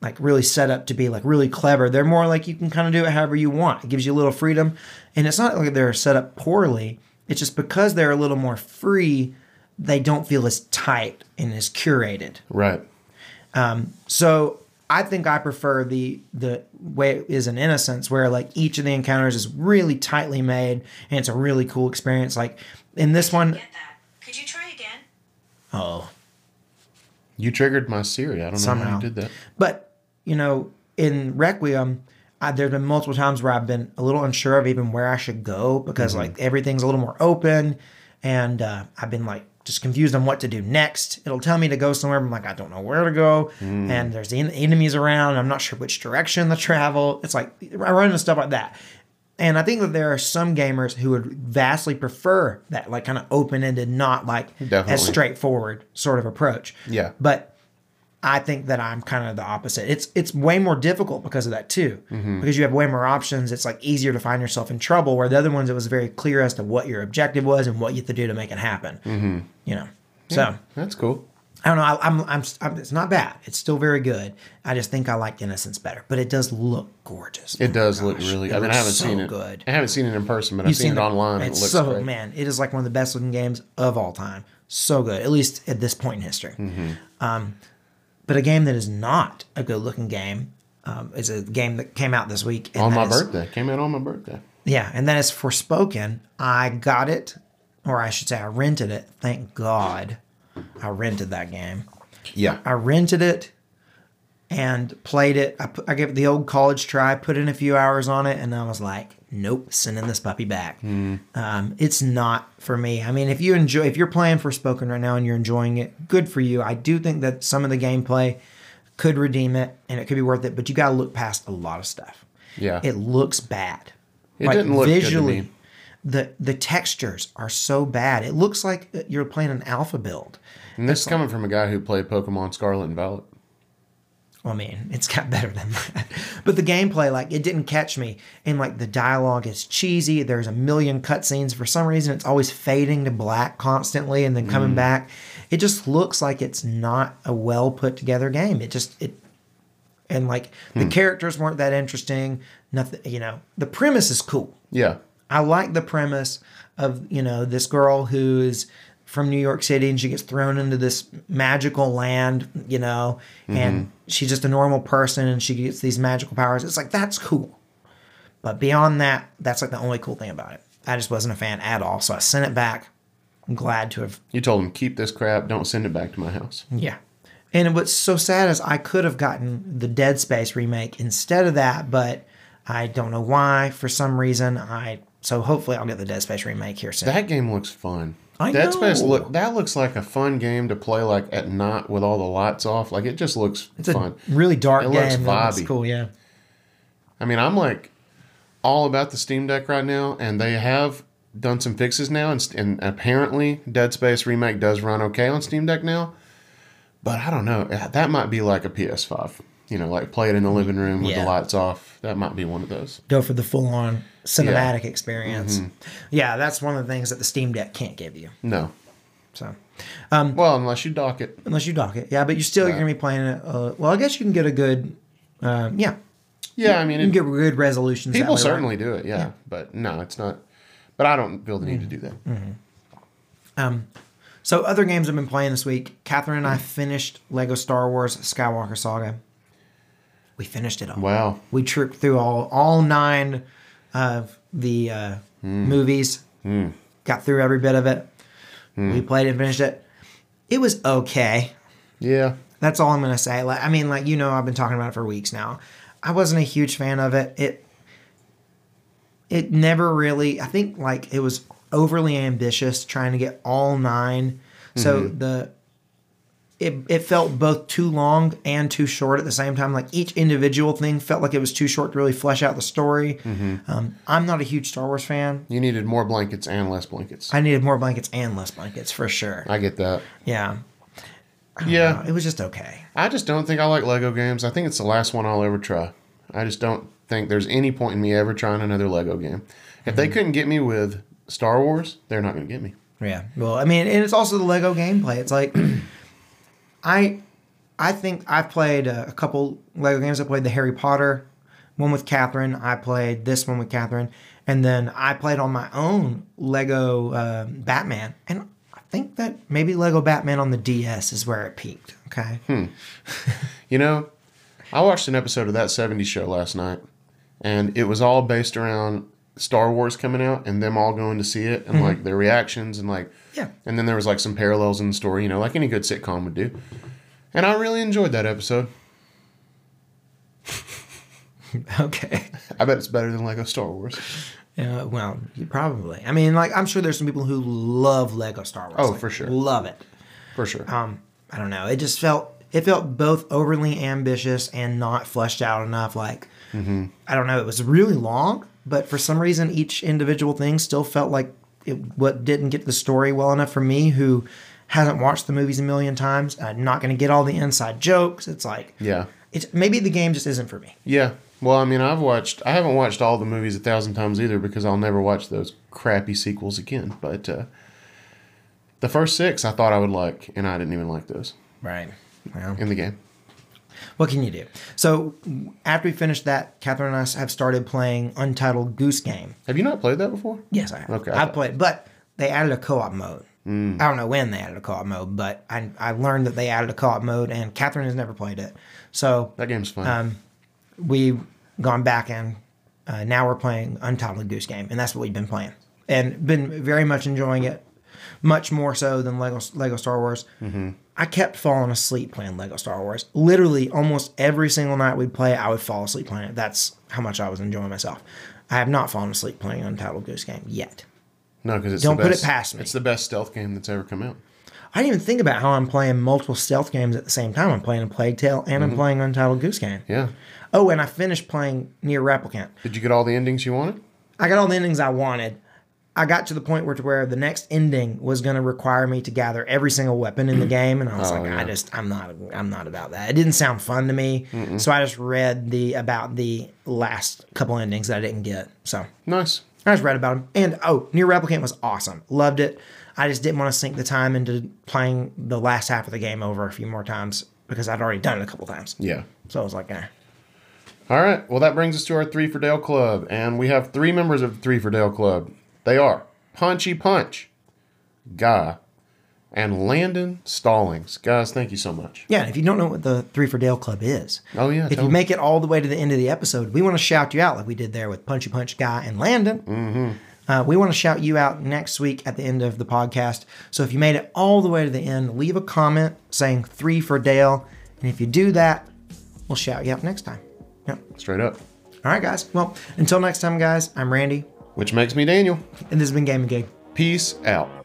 [SPEAKER 1] like really set up to be like really clever. They're more like you can kind of do it however you want. It gives you a little freedom. And it's not like they're set up poorly. It's just because they're a little more free, they don't feel as tight and as curated.
[SPEAKER 2] Right.
[SPEAKER 1] So I think I prefer the the way it is in Innocence, where like each of the encounters is really tightly made and it's a really cool experience. Like in this one,
[SPEAKER 3] Get that. Could you try again?
[SPEAKER 1] oh,
[SPEAKER 2] You triggered my Siri. I don't know how
[SPEAKER 1] Somehow.
[SPEAKER 2] you did that.
[SPEAKER 1] But you know, in Requiem, I, there've been multiple times where I've been a little unsure of even where I should go because like everything's a little more open, and uh, I've been like just confused on what to do next. It'll tell me to go somewhere, but I'm like I don't know where to go, and there's en- enemies around. I'm not sure which direction to travel. It's like I run into stuff like that. And I think that there are some gamers who would vastly prefer that, like, kind of open ended, not like
[SPEAKER 2] Definitely.
[SPEAKER 1] as straightforward sort of approach.
[SPEAKER 2] Yeah.
[SPEAKER 1] But I think that I'm kind of the opposite. It's it's way more difficult because of that too, because you have way more options. It's like easier to find yourself in trouble. Where the other ones, it was very clear as to what your objective was and what you have to do to make it happen. You know, so
[SPEAKER 2] That's cool.
[SPEAKER 1] I don't know. I, I'm, I'm I'm it's not bad. It's still very good. I just think I liked Innocence better, but it does look gorgeous.
[SPEAKER 2] It does look really.
[SPEAKER 1] it
[SPEAKER 2] I mean, I
[SPEAKER 1] looks
[SPEAKER 2] haven't
[SPEAKER 1] so
[SPEAKER 2] seen it.
[SPEAKER 1] good.
[SPEAKER 2] I haven't seen it in person, but I've
[SPEAKER 1] You've
[SPEAKER 2] seen, it
[SPEAKER 1] the-
[SPEAKER 2] online.
[SPEAKER 1] It's
[SPEAKER 2] it looks
[SPEAKER 1] so
[SPEAKER 2] great.
[SPEAKER 1] man, it is like one of the best looking games of all time. So good, at least at this point in history.
[SPEAKER 2] Mm-hmm.
[SPEAKER 1] Um, but a game that is not a good looking game um, is a game that came out this week and
[SPEAKER 2] on my
[SPEAKER 1] that is-
[SPEAKER 2] birthday. Came out on my birthday.
[SPEAKER 1] Yeah, and that is Forspoken. I got it, or I should say, I rented it. Thank God, I rented that game.
[SPEAKER 2] Yeah.
[SPEAKER 1] I rented it and played it. I, put, I gave it the old college try, put in a few hours on it, and I was like, nope, sending this puppy back.
[SPEAKER 2] Hmm.
[SPEAKER 1] Um, it's not for me. I mean, if you enjoy, if you're playing for Spoken right now and you're enjoying it, good for you. I do think that some of the gameplay could redeem it and it could be worth it, but you got to look past a lot of stuff.
[SPEAKER 2] Yeah.
[SPEAKER 1] It looks bad.
[SPEAKER 2] It didn't look good to me.
[SPEAKER 1] The, the textures are so bad. It looks like uh, you're playing an alpha build.
[SPEAKER 2] and this is coming from a guy who played Pokemon Scarlet and Violet.
[SPEAKER 1] Well, I mean, it's got better than that. But the gameplay, like, it didn't catch me. And, like, the dialogue is cheesy. There's a million cutscenes. For some reason, it's always fading to black constantly and then coming back. It just looks like it's not a well put together game. It just, it, and, like, the characters weren't that interesting. Nothing, you know, the premise is cool.
[SPEAKER 2] Yeah.
[SPEAKER 1] I like the premise of, you know, this girl who is from New York City and she gets thrown into this magical land, you know, and she's just a normal person and she gets these magical powers. It's like, that's cool. But beyond that, that's like the only cool thing about it. I just wasn't a fan at all. So I sent it back. I'm glad to have,
[SPEAKER 2] You told him, keep this crap, don't send it back to my house.
[SPEAKER 1] yeah. And what's so sad is I could have gotten the Dead Space remake instead of that, but I don't know why. For some reason, I. So hopefully I'll get the Dead Space remake here soon.
[SPEAKER 2] That game looks fun.
[SPEAKER 1] I
[SPEAKER 2] Dead Space
[SPEAKER 1] know.
[SPEAKER 2] look that looks like a fun game to play like at night with all the lights off. Like it just looks
[SPEAKER 1] It's
[SPEAKER 2] fun.
[SPEAKER 1] a really dark
[SPEAKER 2] It
[SPEAKER 1] game.
[SPEAKER 2] looks
[SPEAKER 1] that
[SPEAKER 2] vibey.
[SPEAKER 1] cool, yeah.
[SPEAKER 2] I mean, I'm like all about the Steam Deck right now, and they have done some fixes now, and, and apparently Dead Space Remake does run okay on Steam Deck now. But I don't know. eh, That might be like a PS5. You know, like play it in the living room with
[SPEAKER 1] Yeah.
[SPEAKER 2] the lights off. That might be one of those.
[SPEAKER 1] Go for the full on cinematic experience.
[SPEAKER 2] Mm-hmm.
[SPEAKER 1] Yeah, that's one of the things that the Steam Deck can't give you.
[SPEAKER 2] No.
[SPEAKER 1] So
[SPEAKER 2] Well, unless you dock it.
[SPEAKER 1] unless you dock it, yeah, but you're still you're gonna be playing it. Uh, well, I guess you can get a good, um, yeah,
[SPEAKER 2] Yeah, I mean,
[SPEAKER 1] you can
[SPEAKER 2] it,
[SPEAKER 1] get good resolutions. that
[SPEAKER 2] people
[SPEAKER 1] way, right?
[SPEAKER 2] certainly do it. Yeah. But no, it's not. But I don't feel the need to do that.
[SPEAKER 1] Mm. So other games I've been playing this week, Catherine and I finished Lego Star Wars Skywalker Saga. We finished it all.
[SPEAKER 2] Wow.
[SPEAKER 1] We trooped through all all nine of the uh, movies. Got through every bit of it. We played and finished it. It was okay.
[SPEAKER 2] Yeah.
[SPEAKER 1] That's all I'm gonna say. Like, I mean, like you know, I've been talking about it for weeks now. I wasn't a huge fan of it. It it never really. I think like it was overly ambitious trying to get all 9 So the it it felt both too long and too short at the same time. Like each individual thing felt like it was too short to really flesh out the story. Um, I'm not a huge Star Wars fan.
[SPEAKER 2] You needed more blankets and less blankets. I,
[SPEAKER 1] I needed more blankets and less blankets for sure.
[SPEAKER 2] get that.
[SPEAKER 1] Yeah,
[SPEAKER 2] Yeah.
[SPEAKER 1] Uh, it was just okay.
[SPEAKER 2] I just don't think I like Lego games. I think it's the last one I'll ever try. I just don't think there's any point in me ever trying another Lego game. If they couldn't get me with Star Wars, they're not going to get me.
[SPEAKER 1] Yeah. Well, I mean, and it's also the Lego gameplay. It's like I I think I've played a, a couple Lego games. I played the Harry Potter one with Catherine. I played this one with Catherine, and then I played on my own Lego uh, Batman. And I think that maybe Lego Batman on the DS is where it peaked. Okay.
[SPEAKER 2] Hmm. You know, I watched an episode of that 70s show last night, and it was all based around Star Wars coming out and them all going to see it and like their reactions and like
[SPEAKER 1] Yeah.
[SPEAKER 2] And then there was like some parallels in the story, you know, like any good sitcom would do. And I really enjoyed that episode.
[SPEAKER 1] Okay.
[SPEAKER 2] I bet it's better than Lego Star Wars.
[SPEAKER 1] Uh, well, you probably. I mean, like I'm sure there's some people who love Lego Star Wars.
[SPEAKER 2] Oh,
[SPEAKER 1] like,
[SPEAKER 2] for sure.
[SPEAKER 1] Love it.
[SPEAKER 2] For sure.
[SPEAKER 1] um, I don't know. It just felt it felt both overly ambitious and not fleshed out enough. Like I don't know. It was really long, but for some reason, each individual thing still felt like it. What didn't get the story well enough for me, who hasn't watched the movies a million times, I'm not going to get all the inside jokes. It's like
[SPEAKER 2] yeah.
[SPEAKER 1] It's maybe the game just isn't for me.
[SPEAKER 2] Yeah. Well, I mean, I've watched. I haven't watched all the movies a thousand times either because I'll never watch those crappy sequels again. But uh, the first six, I thought I would like, and I didn't even like those
[SPEAKER 1] Right. Well,
[SPEAKER 2] in the game.
[SPEAKER 1] what can you do? So after we finished that, Catherine and I have started playing Untitled Goose Game.
[SPEAKER 2] Have you not played that before?
[SPEAKER 1] Yes, I have.
[SPEAKER 2] Okay, I
[SPEAKER 1] I
[SPEAKER 2] thought-
[SPEAKER 1] played, but they added a co-op mode. I don't know when they added a co-op mode, but I, I learned that they added a co-op mode, and Catherine has never played it. So
[SPEAKER 2] That game's fun.
[SPEAKER 1] Um, we've gone back and uh, now we're playing Untitled Goose Game, and that's what we've been playing and been very much enjoying it, much more so than Lego Lego Star Wars. I kept falling asleep playing Lego Star Wars. Literally, almost every single night we'd play, I would fall asleep playing it. That's how much I was enjoying myself. I have not fallen asleep playing Untitled Goose Game yet.
[SPEAKER 2] No, because it's
[SPEAKER 1] Don't
[SPEAKER 2] the
[SPEAKER 1] put it
[SPEAKER 2] best,
[SPEAKER 1] past me.
[SPEAKER 2] It's the best stealth game that's ever come out.
[SPEAKER 1] I didn't even think about how I'm playing multiple stealth games at the same time. I'm playing a Plague Tale and I'm playing Untitled Goose Game.
[SPEAKER 2] Yeah.
[SPEAKER 1] Oh, and I finished playing Near Replicant.
[SPEAKER 2] Did you get all the endings you wanted?
[SPEAKER 1] I got all the endings I wanted. I got to the point where to where the next ending was going to require me to gather every single weapon in the game, and I was like, I just I'm not I'm not about that. It didn't sound fun to me, so I just read the about the last couple endings that I didn't get. So
[SPEAKER 2] Nice.
[SPEAKER 1] I just read about them. And oh, Near Replicant was awesome. Loved it. I just didn't want to sink the time into playing the last half of the game over a few more times because I'd already done it a couple times.
[SPEAKER 2] Yeah.
[SPEAKER 1] So I was like, eh.
[SPEAKER 2] All right. Well, that brings us to our Three for Dale Club. And we have three members of the Three for Dale Club. They are Punchy Punch, Guy, and Landon Stallings. Guys, thank you so much.
[SPEAKER 1] Yeah, and if you don't know what the Three for Dale Club is,
[SPEAKER 2] Oh, yeah.
[SPEAKER 1] if
[SPEAKER 2] tell
[SPEAKER 1] you
[SPEAKER 2] me.
[SPEAKER 1] make it all the way to the end of the episode, we want to shout you out like we did there with Punchy Punch Guy and Landon. Mm-hmm. Uh, we want to shout you out next week at the end of the podcast. So if you made it all the way to the end, leave a comment saying three for Dale. And if you do that, we'll shout you out next time. Yep.
[SPEAKER 2] Straight up.
[SPEAKER 1] All right, guys. Well, until next time, guys, I'm Randy,
[SPEAKER 2] Which makes me Daniel.
[SPEAKER 1] and this has been Game and Gig.
[SPEAKER 2] Peace out.